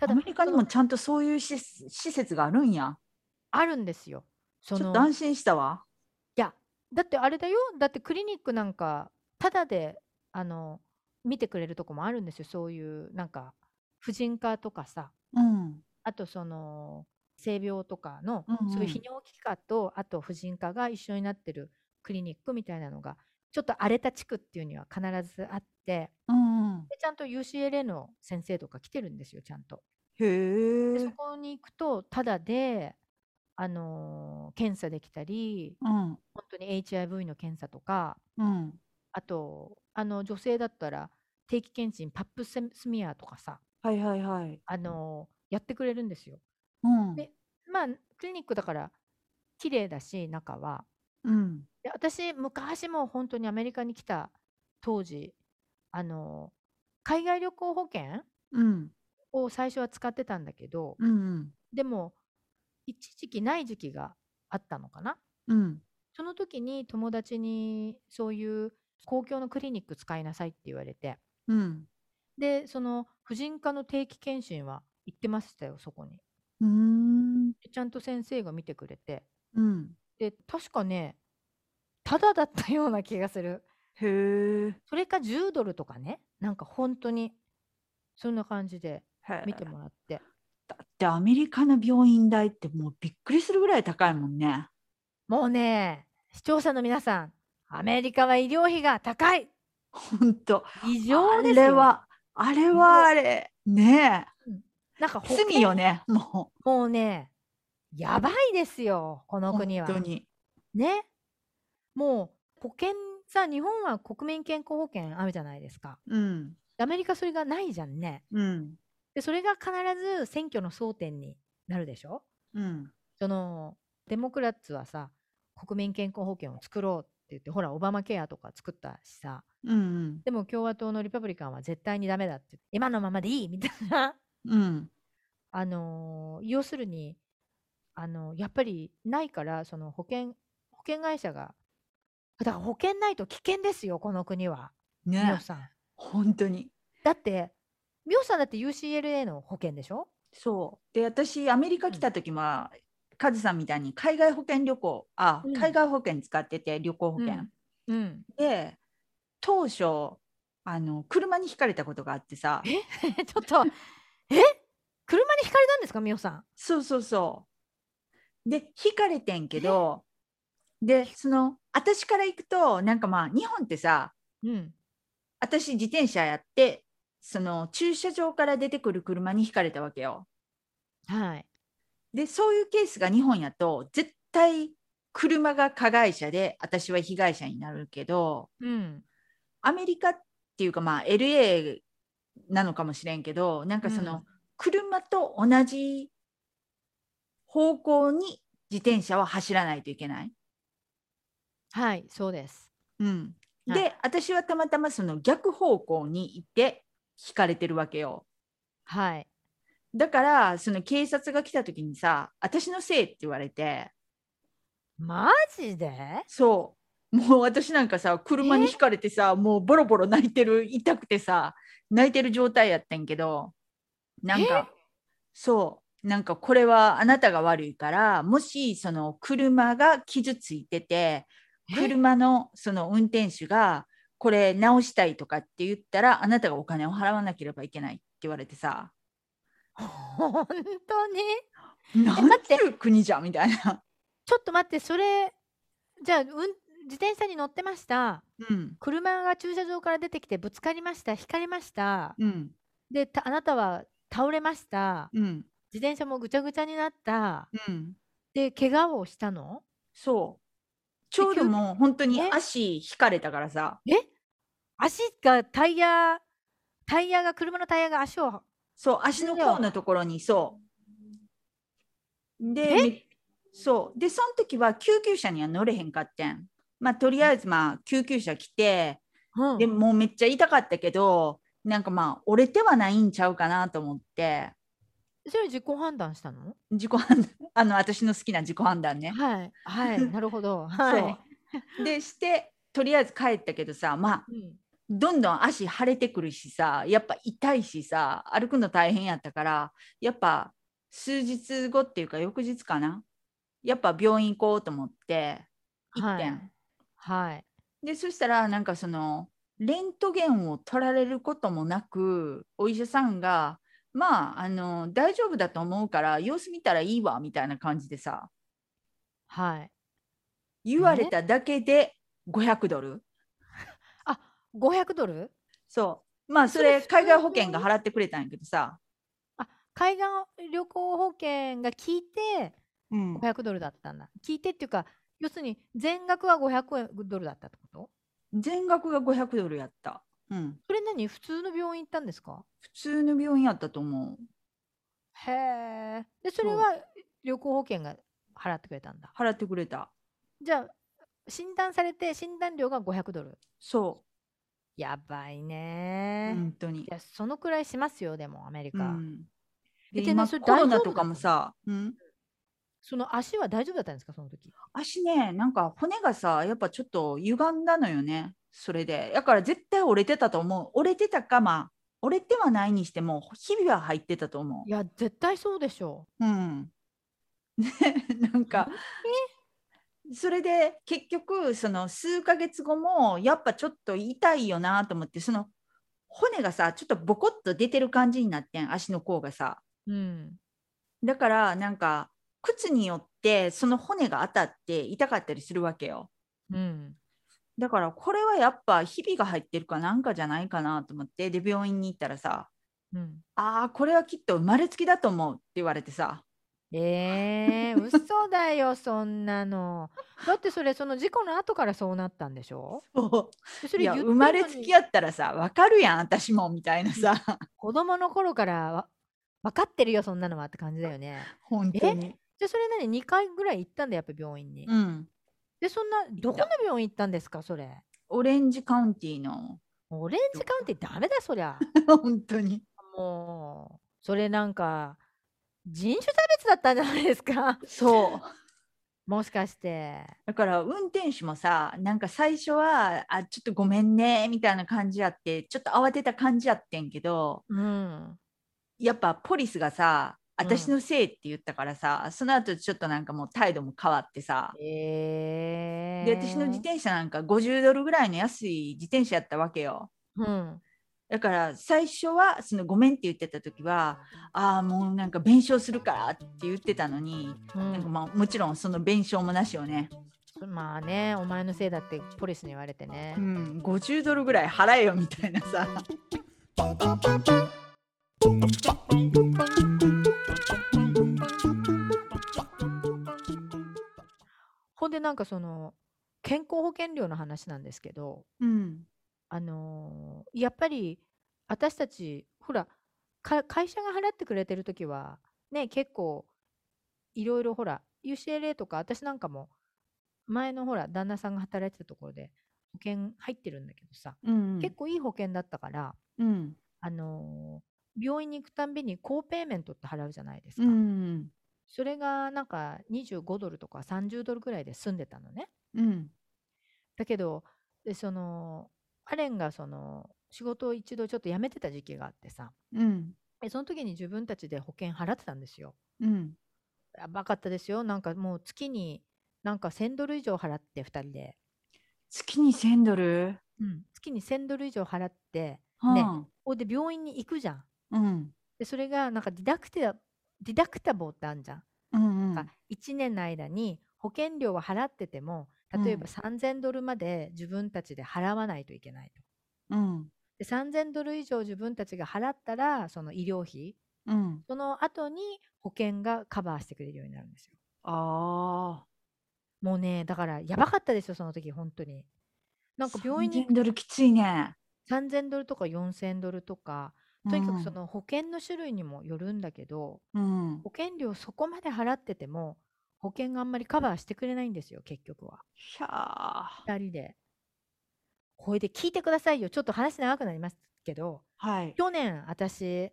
S3: ただ
S2: アメリカに
S3: そ
S2: も
S3: の
S2: ちゃんとそういう施設施設があるんや。
S3: あるんですよ
S2: ちょ
S3: そ
S2: っ
S3: の
S2: と安心したわ。
S3: いやだってあれだよだってクリニックなんかただであの見てくれるとこもあるんですよそういうなんか婦人科とかさ
S2: うん。
S3: あとその性病とかの、
S2: うんうん
S3: そういう泌尿器科とあと婦人科が一緒になってるクリニックみたいなのがちょっと荒れた地区っていうには必ずあって
S2: うんうん。
S3: でちゃんと UCLA の先生とか来てるんですよちゃんと。
S2: へ
S3: で
S2: え
S3: そ。こに行くとただで、あのー検査できたり
S2: うん。
S3: 本当に HIV の検査とか
S2: うん。
S3: あとあの女性だったら定期検診パップセスミアとかさ、
S2: はいはいはい。
S3: あのやってくれるんですよ。
S2: うん。
S3: でまあクリニックだから綺麗だし中は
S2: うん。
S3: で私昔もう本当にアメリカに来た当時あの海外旅行保険
S2: うん。
S3: を最初は使ってたんだけど
S2: うん。うん。
S3: でも一時期ない時期があったのかな
S2: うん。
S3: その時に友達にそういう公共のクリニック使いなさいって言われて
S2: うん。
S3: でその婦人科の定期検診は行ってましたよそこに
S2: うん。
S3: でちゃんと先生が見てくれて
S2: うん。
S3: で確かねタダだったような気がする
S2: へえ。
S3: それか10ドルとかねなんか本当にそんな感じで見てもらって
S2: だってアメリカの病院代ってもうびっくりするぐらい高いもんね。
S3: もうね視聴者の皆さんアメリカは医療費が高い
S2: 本当
S3: 異
S2: あ
S3: 常ですよ。
S2: れはあれはあれね
S3: なんか
S2: え
S3: 保険
S2: 罪よねも
S3: もうね、やばいですよ、こ
S2: う
S3: の国
S2: 本当。
S3: は
S2: に
S3: ね。もう、保険、さ、日本は国民健康保険あるじゃないですか。
S2: うん
S3: アメリカそれがないじゃんね。
S2: うん
S3: で、それが必ず選挙の争点になるでしょ
S2: うん
S3: その、デモクラッツはさ、国民健康保険を作ろうって言って、ほら、オバマケアとか作ったしさ、
S2: うん
S3: でも共和党のリパブリカンは絶対にダメだって言って、今のままでいいみたいな。
S2: うん
S3: あのー要するに、あのーやっぱりないからその保険保険会社がだから保険ないと危険ですよこの国はミオ
S2: ねえ
S3: さん
S2: 本当に
S3: だってミオさんだって UCLA の保険でしょ
S2: そうで私アメリカ来た時は、カズさんみたいに海外保険旅行あ、
S3: うん
S2: 海外保険使ってて旅行保険、
S3: うん
S2: で当初あの車にひかれたことがあってさ
S3: え ちょっとえ 車にひかれたんですかミオさん
S2: そうそうそうでひかれてんけどでその私から行くとなんかまあ日本ってさ
S3: うん
S2: 私自転車やってその駐車場から出てくる車にひかれたわけよ
S3: はい
S2: でそういうケースが日本やと絶対車が加害者で私は被害者になるけど
S3: うん
S2: アメリカっていうかまあ LA なのかもしれんけどなんかその、
S3: うん
S2: 車と同じ方向に自転車は走らないといけない。
S3: はいそうです
S2: うん、で、
S3: は
S2: 私はたまたまその逆方向に行って引かれてるわけよ。
S3: はい
S2: だからその警察が来た時にさ私のせいって言われて
S3: マジで
S2: そうもう私なんかさ車にひかれてさもうボロボロ泣いてる痛くてさ泣いてる状態やってんけどなんかそうなんかこれはあなたが悪いからもしその車が傷ついてて車のその運転手がこれ直したいとかって言ったらあなたがお金を払わなければいけないって言われてさ
S3: 本当に
S2: なん
S3: って
S2: ていう国じゃんみたいな。
S3: ちょっと待ってそれじゃあ、うん、自転車に乗ってました
S2: うん
S3: 車が駐車場から出てきてぶつかりました、ひかれました、
S2: うん
S3: でたあなたは倒れました、
S2: うん
S3: 自転車もぐちゃぐちゃになった、
S2: うん
S3: で、怪我をしたの
S2: そう。ちょうど
S3: 急
S2: もう本当に
S3: ね
S2: 足引かれたからさ。
S3: え足がタイヤ、タイヤが、車のタイヤが足を、
S2: そう、足の甲のところにそう。で、
S3: え
S2: めそう。で、その時は救急車には乗れへんかってん。まあ、とりあえずまあ、救急車来て、
S3: うん
S2: でもうめっちゃ痛かったけど、なんかまあ、折れてはないんちゃうかなと思って、
S3: それ自己判断したの
S2: 自己判断、 あの、私の好きな自己判断 ね。
S3: はい、はい、なるほど。はい。
S2: そう。で、して、とりあえず帰ったけどさ、まあ、
S3: うん
S2: どんどん足腫れてくるしさやっぱ痛いしさ歩くの大変やったからやっぱ数日後っていうか翌日かなやっぱ病院行こうと思って行っ
S3: は
S2: てん、
S3: い。はい。
S2: でそしたらなんかそのレントゲンを取られることもなくお医者さんがまああの大丈夫だと思うから様子見たらいいわみたいな感じでさ
S3: はい。
S2: 言われただけで500ドル
S3: あ、500ドル
S2: そうまあそれ海外保険が払ってくれたんやけどさ、
S3: 海岸旅行保険が効いて、
S2: うん
S3: 500ドルだったんだ。聞いてっていうか、要するに全額は500円ドルだったってこと
S2: 全額が500ドルやった。うん。
S3: それ何普通の病院行ったんですか
S2: 普通の病院やったと思う。
S3: へえ。で、それ
S2: そう
S3: は旅行保険が払ってくれたんだ。
S2: 払ってくれた。
S3: じゃあ、診断されて診断料が500ドル。
S2: そ。
S3: やばいうね、
S2: 本当に
S3: い。や、そのくらいしますよ、でも、アメリ
S2: う
S3: カ。
S2: ん。で
S3: えで
S2: 今
S3: ねそれ
S2: コロナ
S3: 大丈夫
S2: とかもさ、うん、
S3: その足は大丈夫だったんですか、その時。
S2: 足ねなんか骨がさやっぱちょっと歪んだのよねそれでだから絶対折れてたと思う折れてたかまあ折れてはないにしてもひびは入ってたと思
S3: いや、絶対そうでしょ
S2: ううん ねなん
S3: う。
S2: かそれで結局その数ヶ月後もやっぱちょっと痛いよなと思ってその骨がさちょっとボコッと出てる感じになってん足の甲がさ
S3: うん。
S2: だからなんか靴によってその骨が当たって痛かったりするわけよ
S3: うん。
S2: だからこれはやっぱ日々が入ってるかなんかじゃないかなと思ってで病院に行ったらさ
S3: うん、
S2: 「ああこれはきっと生まれつきだと思う」って言われてさ
S3: えー、嘘だよそん なのだってそれその事故の後からそうなったんでしょでそ
S2: い
S3: れ
S2: や
S3: 言って
S2: 生
S3: ん
S2: ま
S3: の
S2: れつき
S3: に
S2: やったらさわかるやん私もみたいなさ
S3: 子供の頃からわ分かってるよそんなのはって感じだよね
S2: 本当に。
S3: じゃあそれ何2回ぐらい行ったんだやっぱ病院に、
S2: うん、
S3: でそんなどこの病院行ったんですかそれ
S2: オレンジカウンティーの
S3: オレンジカウンティーダメだそりゃ
S2: 本当に
S3: もうそれなんか人種差別だったんじゃないで すか
S2: そう
S3: もしかして
S2: だから運転手もさなんか最初は「あちょっとごめんね」みたいな感じやってちょっと慌てた感じやってんけど
S3: うん
S2: やっぱポリスがさ
S3: ん
S2: 私のせいって言ったからさ、その後ちょっとなんかもう態度も変わってさ、
S3: えー、
S2: で私の自転車なんか50ドルぐらいの安い自転車やったわけよ
S3: うん
S2: だから最初はそのごめんって言ってた時はああもうなんか弁償するからって言ってたのに、
S3: う
S2: なんか
S3: ん、
S2: まあもちろんその弁償もなしをね、
S3: まあねお前のせいだってポリスに言われてね
S2: う、ん、50ドルぐらい払えよみたいなさ。
S3: ほんでなんかその健康保険料の話なんですけど
S2: うん
S3: あのーやっぱり私たちほらか会社が払ってくれてる時はね結構いろいろほら UCLA とか私なんかも前のほら旦那さんが働いてたところで保険入ってるんだけどさ、
S2: うん
S3: 結構いい保険だったから、
S2: うん
S3: あのー病院に行くたんびにコーペイメントって払うじゃないです
S2: う
S3: か、
S2: ん
S3: それがなんか25ドルとか30ドルぐらいで済んでたのね。
S2: うん
S3: だけどでそのアレンがその仕事を一度ちょっと辞めてた時期があってさ
S2: うん
S3: でその時に自分たちで保険払ってたんですよ。
S2: うん
S3: やばかったですよなんかもう月になんか1000ドル以上払って2人で、
S2: 月に1000ドル、
S3: 月に1000ドル以上払って
S2: は
S3: ほいで病院に行くじゃん。
S2: あうん
S3: でそれがなんかディダクテディダクタボーってあるじゃん。
S2: うんうん
S3: なんか1年の間に保険料は払ってても例えば3000ドルまで自分たちで払わないといけないと。
S2: うん
S3: で3000ドル以上自分たちが払ったらその医療費
S2: うん
S3: その後に保険がカバーしてくれるようになるんですよ
S2: ああ
S3: もうねだからやばかったですよその時本当になんか病院に
S2: 1000ドルきついね
S3: 3000ドルとか4000ドルとかとにかくそ
S2: の
S3: の保険の種類にもよるんだけど、
S2: うん
S3: 保険料そこまで払ってても保険があんまりカバーしてくれないんですよ結局は
S2: ひゃあ
S3: 2人でこれで聞いてくださいよちょっと話長くなりますけど
S2: はい
S3: 去年私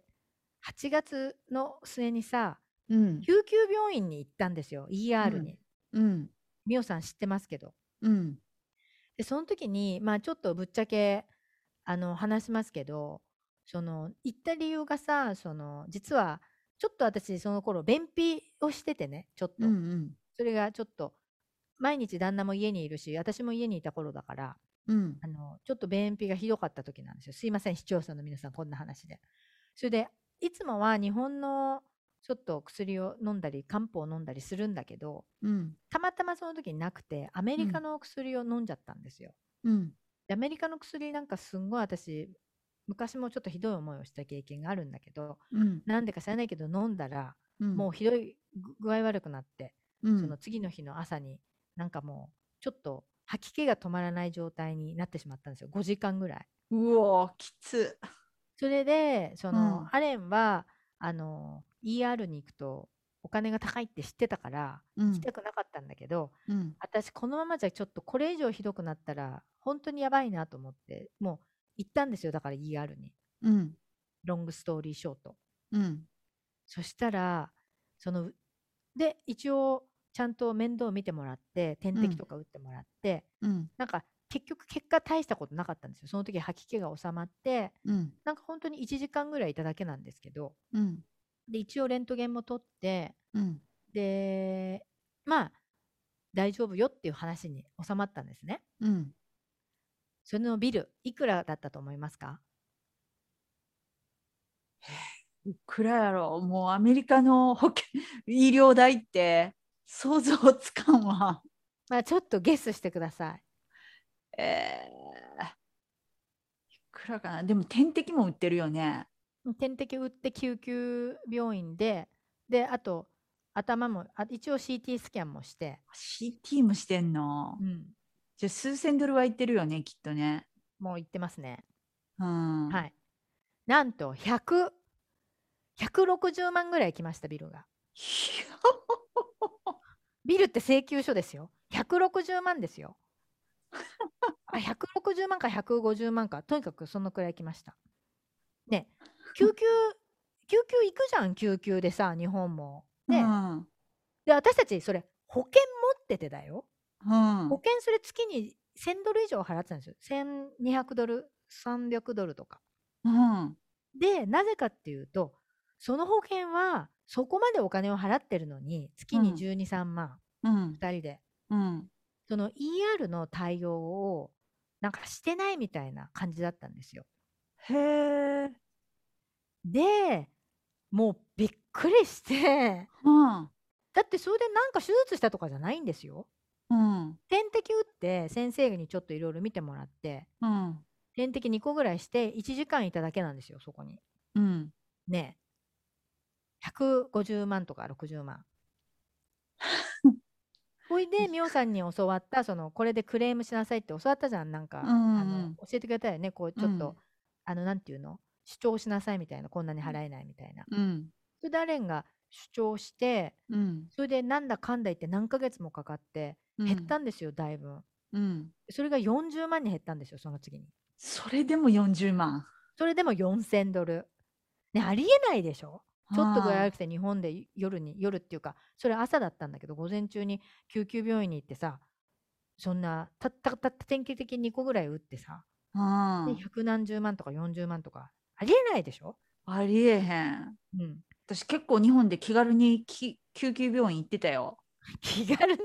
S3: 8月の末にさ
S2: うん
S3: 救急病院に行ったんですよ ER に、
S2: うん
S3: ミオさん知ってますけど
S2: うん
S3: でその時にまあちょっとぶっちゃけあの話しますけどその行った理由がさその実はちょっと私その頃便秘をしててねちょっと、
S2: うんうん
S3: それがちょっと毎日旦那も家にいるし私も家にいた頃だから
S2: うん
S3: あのちょっと便秘がひどかった時なんですよ。すいません、視聴者の皆さん、こんな話で。それで、いつもは日本のちょっと薬を飲んだり、漢方を飲んだりするんだけど、
S2: うん
S3: たまたまその時になくて、アメリカの薬を飲んじゃったんですよ。
S2: うん
S3: でアメリカの薬なんかすんごい私、昔もちょっとひどい思いをした経験があるんだけど、
S2: うん
S3: なんでか知らないけど飲んだら、
S2: うん
S3: もうひどい具合悪くなって、
S2: うん
S3: その次の日の朝になんかもうちょっと吐き気が止まらない状態になってしまったんですよ5時間ぐらいう
S2: おーきつ
S3: それでその、
S2: うん
S3: アレンはあの ER に行くとお金が高いって知ってたから
S2: うん
S3: 行きたくなかったんだけど、
S2: うん
S3: 私このままじゃちょっとこれ以上ひどくなったら本当にやばいなと思ってもう行ったんですよだから ER に
S2: うん
S3: ロングストーリーショート
S2: うん
S3: そしたらそので一応ちゃんと面倒を見てもらって点
S2: うん
S3: 滴とか打ってもらって、
S2: うん
S3: なんか結局結果大したことなかったんですよ。その時吐き気が収まって、
S2: うん
S3: なんか本当に1時間ぐらいいただけなんですけど、
S2: うん
S3: で、一応レントゲンも取って、
S2: うん
S3: で、まあ、大丈夫よっていう話に収まったんですね。
S2: うん
S3: それのビル、いくらだったと思いますか
S2: いくらやろもうアメリカの保険医療代って想像つかんわ。
S3: まあ、ちょっとゲスしてください。
S2: えー、いくらかなでも点滴も売ってるよね。
S3: 点滴打って救急病院で、で、あと、頭も、あ一応 CT スキャンもして、
S2: CT もしてんの。
S3: うん、
S2: じゃあ数千ドルはいってるよねきっとね。
S3: もう行ってますね。
S2: うん。
S3: はい。なんと、100、160万ぐらい来ました、ビルが。ビルって請求書ですよ。160万ですよ。あ、160万か150万か。とにかくそのくらい来ました。ね、救急、救急行くじゃん、救急でさ、日本も。ね、
S2: うん。
S3: で、私たち、それ、保険持っててだよ。
S2: うん
S3: 保険それ月に1000ドル以上払ってたんですよ。1200ドル、300ドルとか。
S2: うん。
S3: で、なぜかっていうと、その保険は、そこまでお金を払ってるのに、月に
S2: うん
S3: 12、3万、
S2: うん。
S3: 2人で。
S2: うん。
S3: その ER の対応を、なんかしてないみたいな感じだったんですよ。
S2: へえ。
S3: で、もうびっくりして、
S2: うん。
S3: だってそれでなんか手術したとかじゃないんですよ。
S2: うん。
S3: 点滴打って、先生にちょっといろいろ見てもらって、
S2: うん。
S3: 点滴2個ぐらいして、1時間いただけなんですよ、そこに。
S2: うん。
S3: ねえ150万とか60万。 ほいで美桜さんに教わったそのこれでクレームしなさいって教わったじゃんなんか、
S2: うん
S3: あ
S2: う
S3: の
S2: ん
S3: 教えてくれたよねこうちょっと、
S2: うん
S3: あのなんていうの主張しなさいみたいなこんなに払えないみたいな。
S2: うん。
S3: それでアレンが主張して
S2: うん。
S3: それでなんだかんだ言って何ヶ月もかかって減った
S2: うん。
S3: んですよ、だいぶん。
S2: うん。
S3: それが40万に減ったんですよその次に。
S2: それでも40万。
S3: それでも4000ドル。ねありえないでしょちょっと具合悪
S2: く。
S3: くて日本でい夜に夜っていうかそれ朝だったんだけど午前中に救急病院に行ってさそんなたったたった典型的に2個ぐらい打ってさ
S2: うん
S3: で百何十万とか40万とかありえないでしょ、
S2: ありえへん。
S3: うん、
S2: 私結構日本で気軽にき救急病院行ってたよ。
S3: 気軽に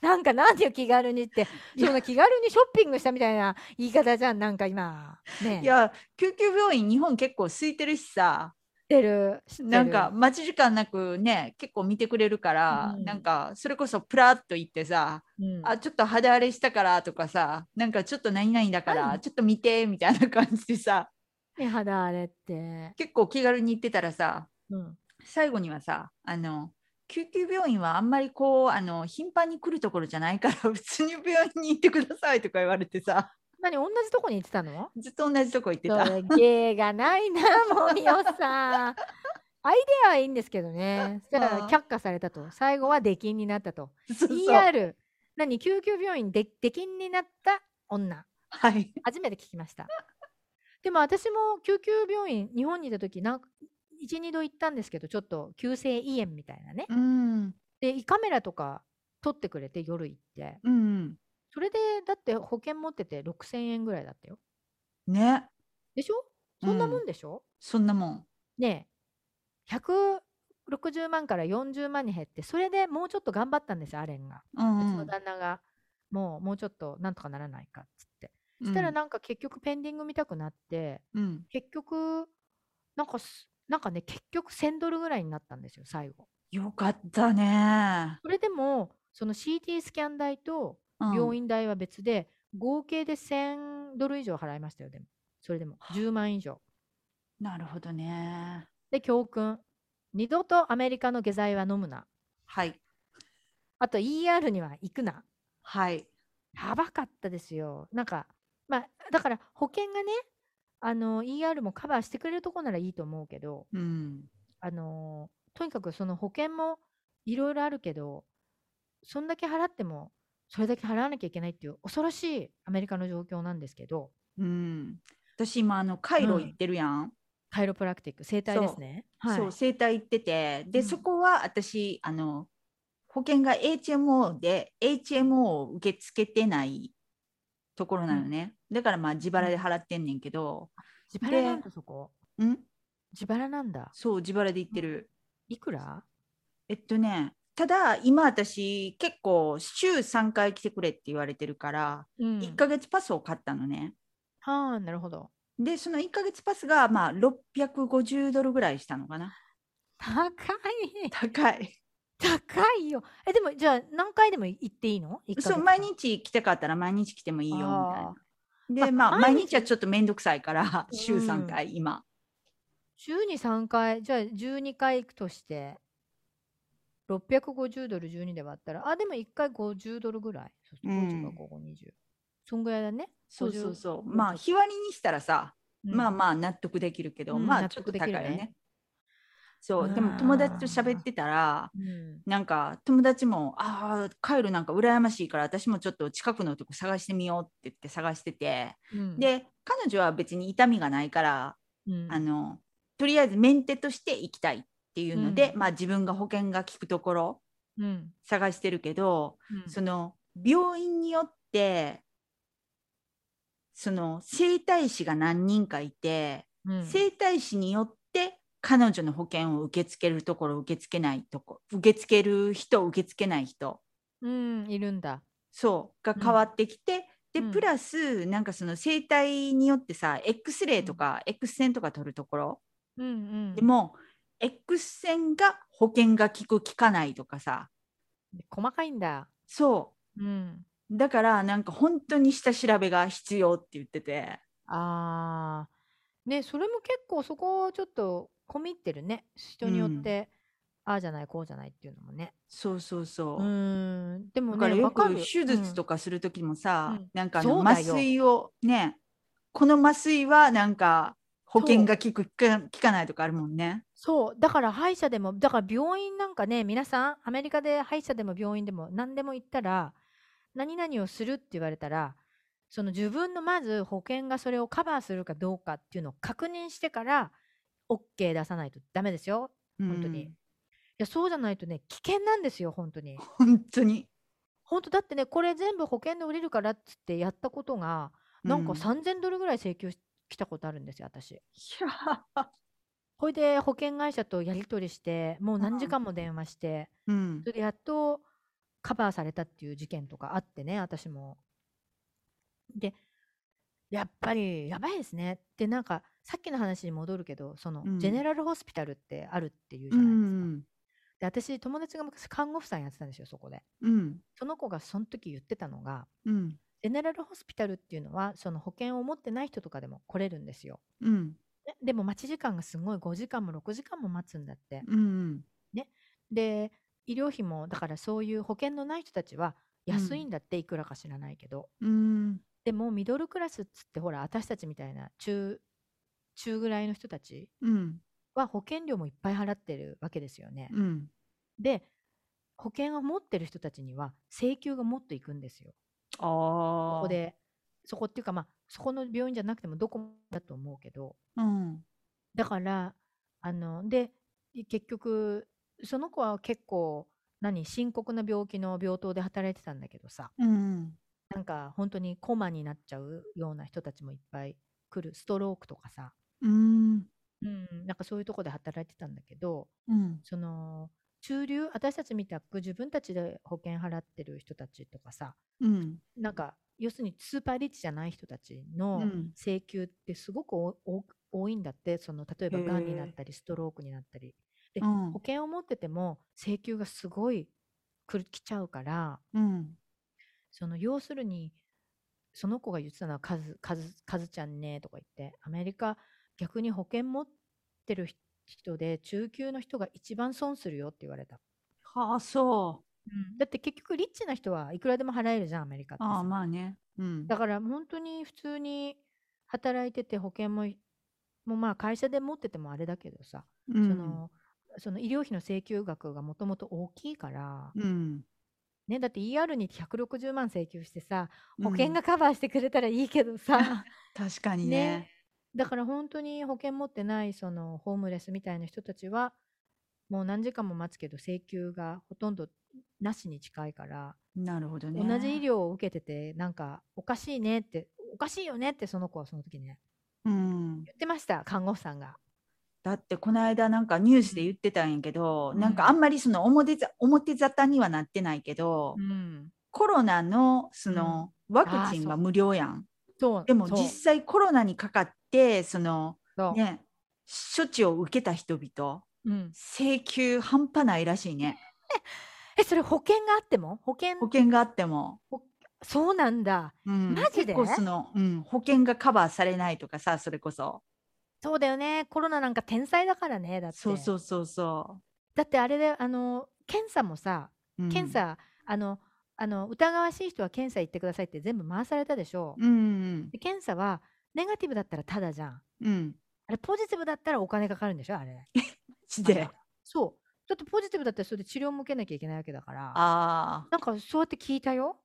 S3: なんかなんていう気軽にって
S2: いや
S3: そんな気軽にショッピングしたみたいな言い方じゃんなんか今ね
S2: いや救急病院日本結構空いてるしさ
S3: 知ってる知ってる
S2: なんか待ち時間なくね結構見てくれるから、
S3: うん
S2: なんかそれこそプラッと行ってさ、
S3: うん
S2: あちょっと肌荒れしたからとかさなんかちょっと何々だか
S3: う
S2: ら
S3: ん
S2: ちょっと見てみたいな感じでさ
S3: ね肌荒れって、
S2: 結構気軽に行ってたらさ
S3: うん、
S2: 最後にはさあの救急病院はあんまりこうあの頻繁に来るところじゃないから 普通に病院に行ってくださいとか言われてさ
S3: 何同じとこに行ってたの
S2: ずっと同じとこ行ってた。
S3: そう芸がないな、もうみよさん。アイデアはいいんですけど ね。じゃ
S2: あ
S3: あ、
S2: あ
S3: 却下されたと。最後は出禁になったと。
S2: そうそう
S3: ER、何救急病院で出禁になった女。
S2: はい。
S3: 初めて聞きま した。でも私も救急病院、日本にいた時なんか、1、2度行ったんですけど、ちょっと急性胃炎みたいなね。
S2: うん。
S3: で、胃カメラとか撮ってくれて、夜行って。
S2: うん。
S3: それで、だって保険持ってて6000円ぐらいだったよ。
S2: ね。
S3: でしょそんなも
S2: うん
S3: でしょ、
S2: そんなもん。
S3: ねえ160万から40万に減ってそれでもうちょっと頑張ったんですよアレンが、
S2: う、
S3: うん
S2: う
S3: の
S2: ん。
S3: 旦那がもうもうちょっとなんとかならないかっつって、
S2: そ
S3: そしたら、なんか結局ペンディング見たくなって
S2: うん。
S3: 結局なんかすなんかね結局1000ドルぐらいになったんですよ最後
S2: よかったね。
S3: それでもその CT スキャン代と
S2: うん
S3: 病。院代は別で、合計で1000ドル以上払いましたよでもそれでも10万以上
S2: なるほどね。
S3: で教訓二度とアメリカの下剤は飲むな
S2: はい。
S3: あと ER には行くな。
S2: はい。
S3: やばかったですよ。なんか、まあ、だから保険がね、あの、ER もカバーしてくれるとこならいいと思うけど、
S2: うん。
S3: あの、とにかくその保険もいろいろあるけど、そんだけ払っても、それだけ払わなきゃいけないっていう恐ろしいアメリカの状況なんですけど、
S2: うん。私今あのカイロ行ってるやん。
S3: カイロプラクティック、整体ですね。はい。
S2: そう整体行っててで、
S3: うん
S2: そこは私あの保険が HMO で HMO を受け付けてないところなのね、だからまあ自腹で払ってんねんけど、
S3: 自腹なんだ、そこ。
S2: うん、
S3: 自腹なんだ。
S2: そう自腹で行ってる。
S3: いくら
S2: えっとね、ただ今私結構週3回来てくれって言われてるから、
S3: うん
S2: 1ヶ月パスを買ったのね。
S3: はあ、なるほど。
S2: で、その1ヶ月パスがまあ650ドルぐらいしたのかな。
S3: 高い。
S2: 高い。
S3: 高いよ。え、でも、じゃあ、何回でも行っていいの
S2: そう毎日来たかったら毎日来てもいいよみたいな。でま
S3: ま
S2: あ
S3: あ
S2: 毎
S3: 毎
S2: 日はちょっと面倒くさいから
S3: うん
S2: 週3回今。
S3: 週に3回、じゃあ12回行くとして、650ドル12で割ったら、あ、でも1回50ドルぐらい。そうする
S2: う
S3: と50
S2: ん
S3: か5 20。そんぐらいだね。
S2: そうそうそう。
S3: 50
S2: まあ日割りにしたらさ、
S3: うん
S2: まあまあ納得できるけど、
S3: うん
S2: まあ
S3: 納
S2: ちょっと
S3: 得
S2: 高いよ
S3: できる
S2: ね
S3: ね。
S2: そうでも友達と喋ってたら
S3: うん
S2: なんか友達も「ああカイロなんか羨ましいから私もちょっと近くのとこ探してみよう」って言って探してて、
S3: うん、
S2: で彼女は別に痛みがないから
S3: うん、
S2: あのとりあえずメンテとして行きたいっていうので、
S3: うん
S2: まあ自分が保険が効くところ
S3: うん、
S2: 探してるけど、
S3: うん
S2: その病院によってその整体師が何人かいて、
S3: うん
S2: 整体師によって彼女の保険を受け付けるところ受け付けないとこ受け付ける人受け付けない人
S3: うん、いるんだ。
S2: そうが
S3: うん
S2: 変わってきて、
S3: う
S2: で
S3: ん
S2: プラスなんかその整体によってさ X レーとか X 線とか取るところ、
S3: うんうん、
S2: でも X 線が保険が効く効かないとかさ
S3: 細かいんだ。
S2: そ
S3: うん、
S2: うだからなんか本当に下調べが必要って言ってて
S3: あーねそれも結構そこをちょっと込み入ってるね人によ
S2: うん
S3: って、ああじゃないこうじゃないっていうのもね。
S2: そうそうそうう、
S3: ーんでも
S2: だから
S3: ね
S2: よ
S3: わか
S2: く
S3: る
S2: 手術と
S3: か、
S2: かする時もさ、
S3: うん
S2: なんかあ
S3: そ
S2: の
S3: うだよ
S2: 麻酔をねこの麻酔はなんか保険が効く効か効かないとかあるもんね
S3: そうだから歯医者でもだから病院なんかね皆さんアメリカで歯医者でも病院でも何でも行ったら何々をするって言われたらその自分のまず保険がそれをカバーするかどうかっていうのを確認してから OK 出さないとダメですよ。本当に
S2: うん
S3: いやそうじゃないとね危険なんですよ本当に。
S2: 本当に
S3: 本当だってねこれ全部保険で降りるからっつってやったことがなんか
S2: う
S3: 3000ドルぐらい請求し来たことあるんですよ私。
S2: いや
S3: ほいで保険会社とやり取りしてもう
S2: う
S3: 何
S2: ん
S3: 時間も電話して
S2: うん
S3: それでやっとカバーされたっていう事件とかあってね私も。でやっぱりやばいですねってなんかさっきの話に戻るけどその、
S2: うん
S3: ジェネラルホスピタルってあるっていう
S2: う
S3: じゃないですか。
S2: ん
S3: で私友達が昔看護婦さんやってたんですよそこで。
S2: うん
S3: その子がその時言ってたのが
S2: うん
S3: ジェネラルホスピタルっていうのはその保険を持ってない人とかでも来れるんですよ。
S2: うん
S3: ねでも待ち時間がすごい5時間も6時間も待つんだって。
S2: うん
S3: で医療費もだからそういう保険のない人たちは安いんだって、いくらか知らないけど
S2: うん
S3: でもミドルクラスっつってほら私たちみたいな中中ぐらいの人たち
S2: うん
S3: は保険料もいっぱい払ってるわけですよね。
S2: うん
S3: で保険を持ってる人たちには請求がもっといくんですよ。
S2: あ
S3: そ
S2: あ
S3: こでそこっていうかまあそこの病院じゃなくてもどこもだと思うけど
S2: うん
S3: だからあので結局その子は結構何深刻な病気の病棟で働いてたんだけどさ
S2: うん
S3: なんか本当にコマになっちゃうような人たちもいっぱい来るストロークとかさ、
S2: うん
S3: うん、なんかそういうとこで働いてたんだけど
S2: うん
S3: その中流私たちみたく自分たちで保険払ってる人たちとかさ
S2: うん
S3: なんか要するにスーパーリッチじゃない人たちの
S2: うん
S3: 請求ってすごくおお多いんだってその例えば
S2: へえ
S3: がんになったりストロークになったりで、
S2: うん
S3: 保険を持ってても請求がすごいくる来ちゃうから
S2: うん
S3: その要するにその子が言ってたのはカズ「カズカズちゃんね」とか言ってアメリカ逆に保険持ってるひ人で中級の人が一番損するよって言われた、
S2: はあそう
S3: だって結局リッチな人はいくらでも払えるじゃんアメリカって
S2: あ
S3: さ
S2: あまあねうん
S3: だから本当に普通に働いてて保険もいもうまあ会社で持っててもあれだけどさ、
S2: うん
S3: そのその医療費の請求額がもともと大きいから、
S2: うん
S3: ね、だって ER に160万請求してさ保険がカバーしてくれたらいいけ どさ、
S2: 確かにね
S3: ねだから本当に保険持ってないそのホームレスみたいな人たちはもう何時間も待つけど請求がほとんどなしに近いから、
S2: なるほどね
S3: 同じ医療を受けててなんかおかしいねっておかしいよねってその子はその時にね
S2: うん
S3: 言ってました看護婦さんが。
S2: だってこの間なんかニュースで言ってたんやけど、
S3: うん
S2: なんかあんまりその表ざ表沙汰にはなってないけど、コロナのそのワクチン
S3: あーそ
S2: は
S3: う
S2: 無料やん
S3: そう
S2: でも
S3: そう
S2: 実際コロナにかかってその
S3: そう
S2: ね処置を受けた人々
S3: うん、
S2: 請求半端ないらしいね
S3: え、それ保険があっても保険
S2: 保険があっても。
S3: そうなんだ。
S2: うん、
S3: マジ
S2: 結
S3: で
S2: 構その、うん、保険がカバーされないとかさ、それこそ。
S3: そうだよね。コロナなんか天才だからね。だって。
S2: そうそうそうそ
S3: だってあれで、あの、検査もさ、
S2: う。うん
S3: 検。査、あの、あの、疑わしい人は検査行ってくださいって全部回されたでしょ。
S2: うん
S3: で検査は、ネガティブだったらタダじゃん。
S2: うん。うん。
S3: あれ、ポジティブだったらお金かかるんでしょあれ。
S2: で、
S3: そう。だってポジティブだったらそれで治療も受けなきゃいけないわけだから。
S2: ああ。
S3: なんかそうやって聞いたよ。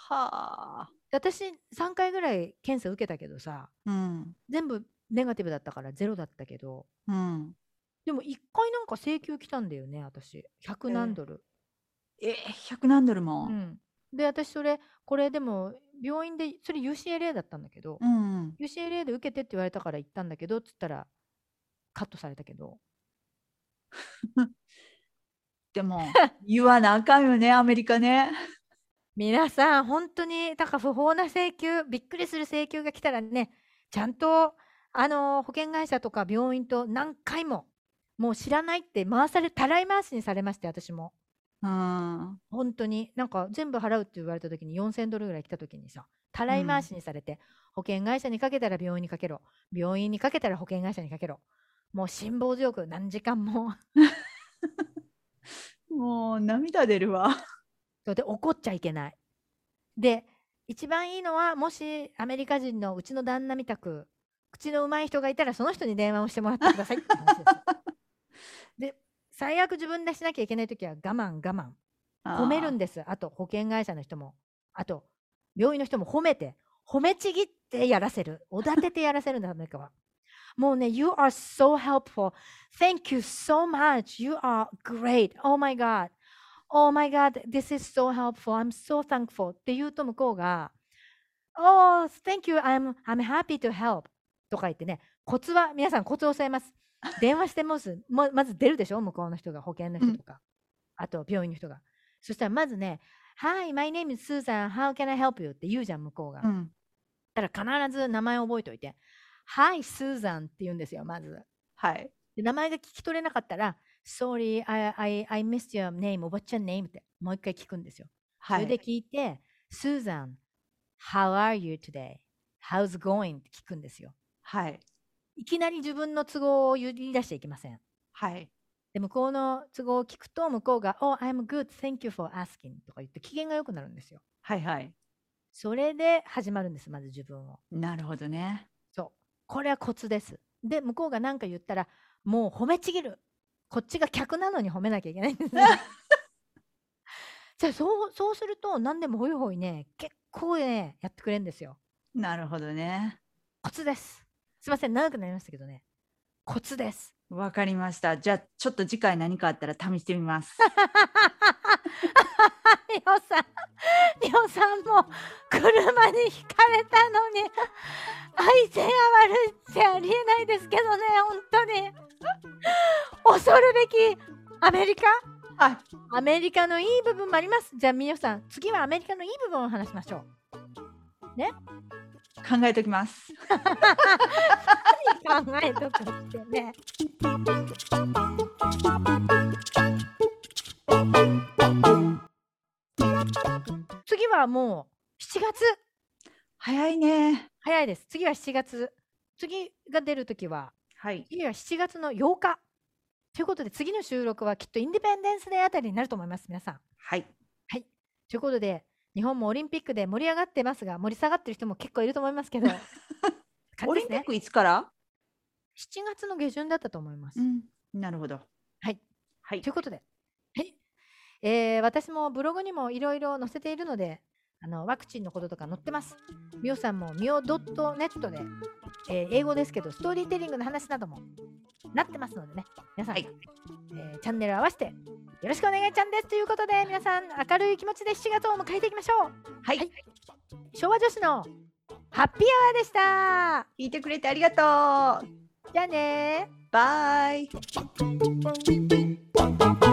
S2: はあ。
S3: で私3回ぐらい検査受けたけどさ、
S2: うん。
S3: 全部ネガティブだったからゼロだったけど、
S2: うん。
S3: でも1回なんか請求来たんだよね、私。100何ドル。
S2: え、100何ドルも
S3: う。ん。で、私それ、これでも病院で、それ UCLA だったんだけど、
S2: うん。うん、
S3: UCLA で受けてって言われたから行ったんだけど、つったらカットされたけど。
S2: でも、 言わなあかんよね、アメリカね。
S3: 皆さん、本当に、だから不法な請求、びっくりする請求が来たらね、ちゃんと、あの、保険会社とか病院と何回も、もう知らないって回され、たらい回しにされまして、私も。
S2: うん。
S3: 本当に、なんか全部払うって言われた時に4000ドルぐらい来た時にさ、たらい回しにされて、保険会社にかけたら病院にかけろ、病院にかけたら保険会社にかけろ、もう辛抱強く何時間も、
S2: もう、涙出るわ。
S3: そうで怒っちゃいけない。で一番いいのはもしアメリカ人のうちの旦那みたく口のうまい人がいたらその人に電話をしてもらってくださいって話ですよ。で最悪自分でしなきゃいけない時は我慢我慢褒めるん
S2: で。
S3: ですあと保険会社の人もあと病院の人も褒めて褒めちぎってやらせるおだててやらせるんだアメリカは。もうね、You are so helpful. Thank you so much. You are great. Oh my God. Oh my God. This is so helpful. I'm so thankful. って言うと向こうが、Oh, thank you. I'm, I'm happy to help. とか言ってね、コツは、皆さんコツを教え ます。電話してます。ままず出るでしょ向こうの人が、保険の人とか、あと病院の人が。そしたらまずね、Hi, my name is Susan. How can I help you? って言うじゃん、向こうが。
S2: うん。
S3: だから必ず名前を覚えておいて、Hi, Susan って言うんですよ、まず。
S2: はい。
S3: で名前が聞き取れなかったら、Sorry, I, I, I missed your name. What's your name? ってもう一回聞くんですよ。
S2: は
S3: それで
S2: い。
S3: 聞いて、Susan, how are you today? How's going? って聞くんですよ。
S2: はい。
S3: いきなり自分の都合を言い出していけません。
S2: はい。
S3: で、向こうの都合を聞くと、向こうが、Oh, I'm good. Thank you for asking. とか言って機嫌が良くなるんですよ。
S2: はい。はい。
S3: それで始まるんです、まず自分を。
S2: なるほどね。
S3: そう。これはコツです。で、向こうが何か言ったら、もう褒めちぎる。こっちが客なのに褒めなきゃいけないんで すよ。じゃあ、そう、そうすると、何でもほいほいね、結構ね、やってくれるんですよ。
S2: なるほどね。
S3: コツです。すいません、長くなりましたけどね。コツ です。
S2: わかりました。じゃあ、ちょっと次回何かあったら試してみます。
S3: リオ さん、リオさんも車にひかれたのに、相手が悪いってありえないですけどね、本当に。恐るべきアメリカ
S2: はい。
S3: アメリカのいい部分もあります。じゃあ、みよさん、次はアメリカのいい部分を話しましょう。
S2: 考えときます。
S3: 考えとくってね。次はもう7月。
S2: 早いね。
S3: 早いです。次は7月。次が出るときは、
S2: はい。
S3: 次は7月の8日。ということで、次の収録はきっとインディペンデンスデーあたりになると思います、皆さん。
S2: はい。
S3: ということで、日本もオリンピックで盛り上がってますが、盛り下がってる人も結構いると思いますけ ど、感じ
S2: オ
S3: で
S2: リン
S3: す
S2: ピッ
S3: ね。
S2: クいつから？
S3: 7月の下旬だったと思います。
S2: ん。なるほど。
S3: はい。
S2: はい
S3: とい。うことで、はいえー私もブログにもいろいろ載せているので、あのワクチンのこととか載ってます。みおさんもみお .net で、えー英語ですけど、ストーリーテリングの話などもなってますのでね、皆さん、
S2: はい
S3: えーチャンネル合わせてよろしくお願いちゃんですということで、皆さん、明るい気持ちで7月を迎えていきましょう。
S2: はい。
S3: はい昭和女子のハッピーアワーでした。
S2: 聞いてくれてありがとう。
S3: じゃあねー。
S2: バイ。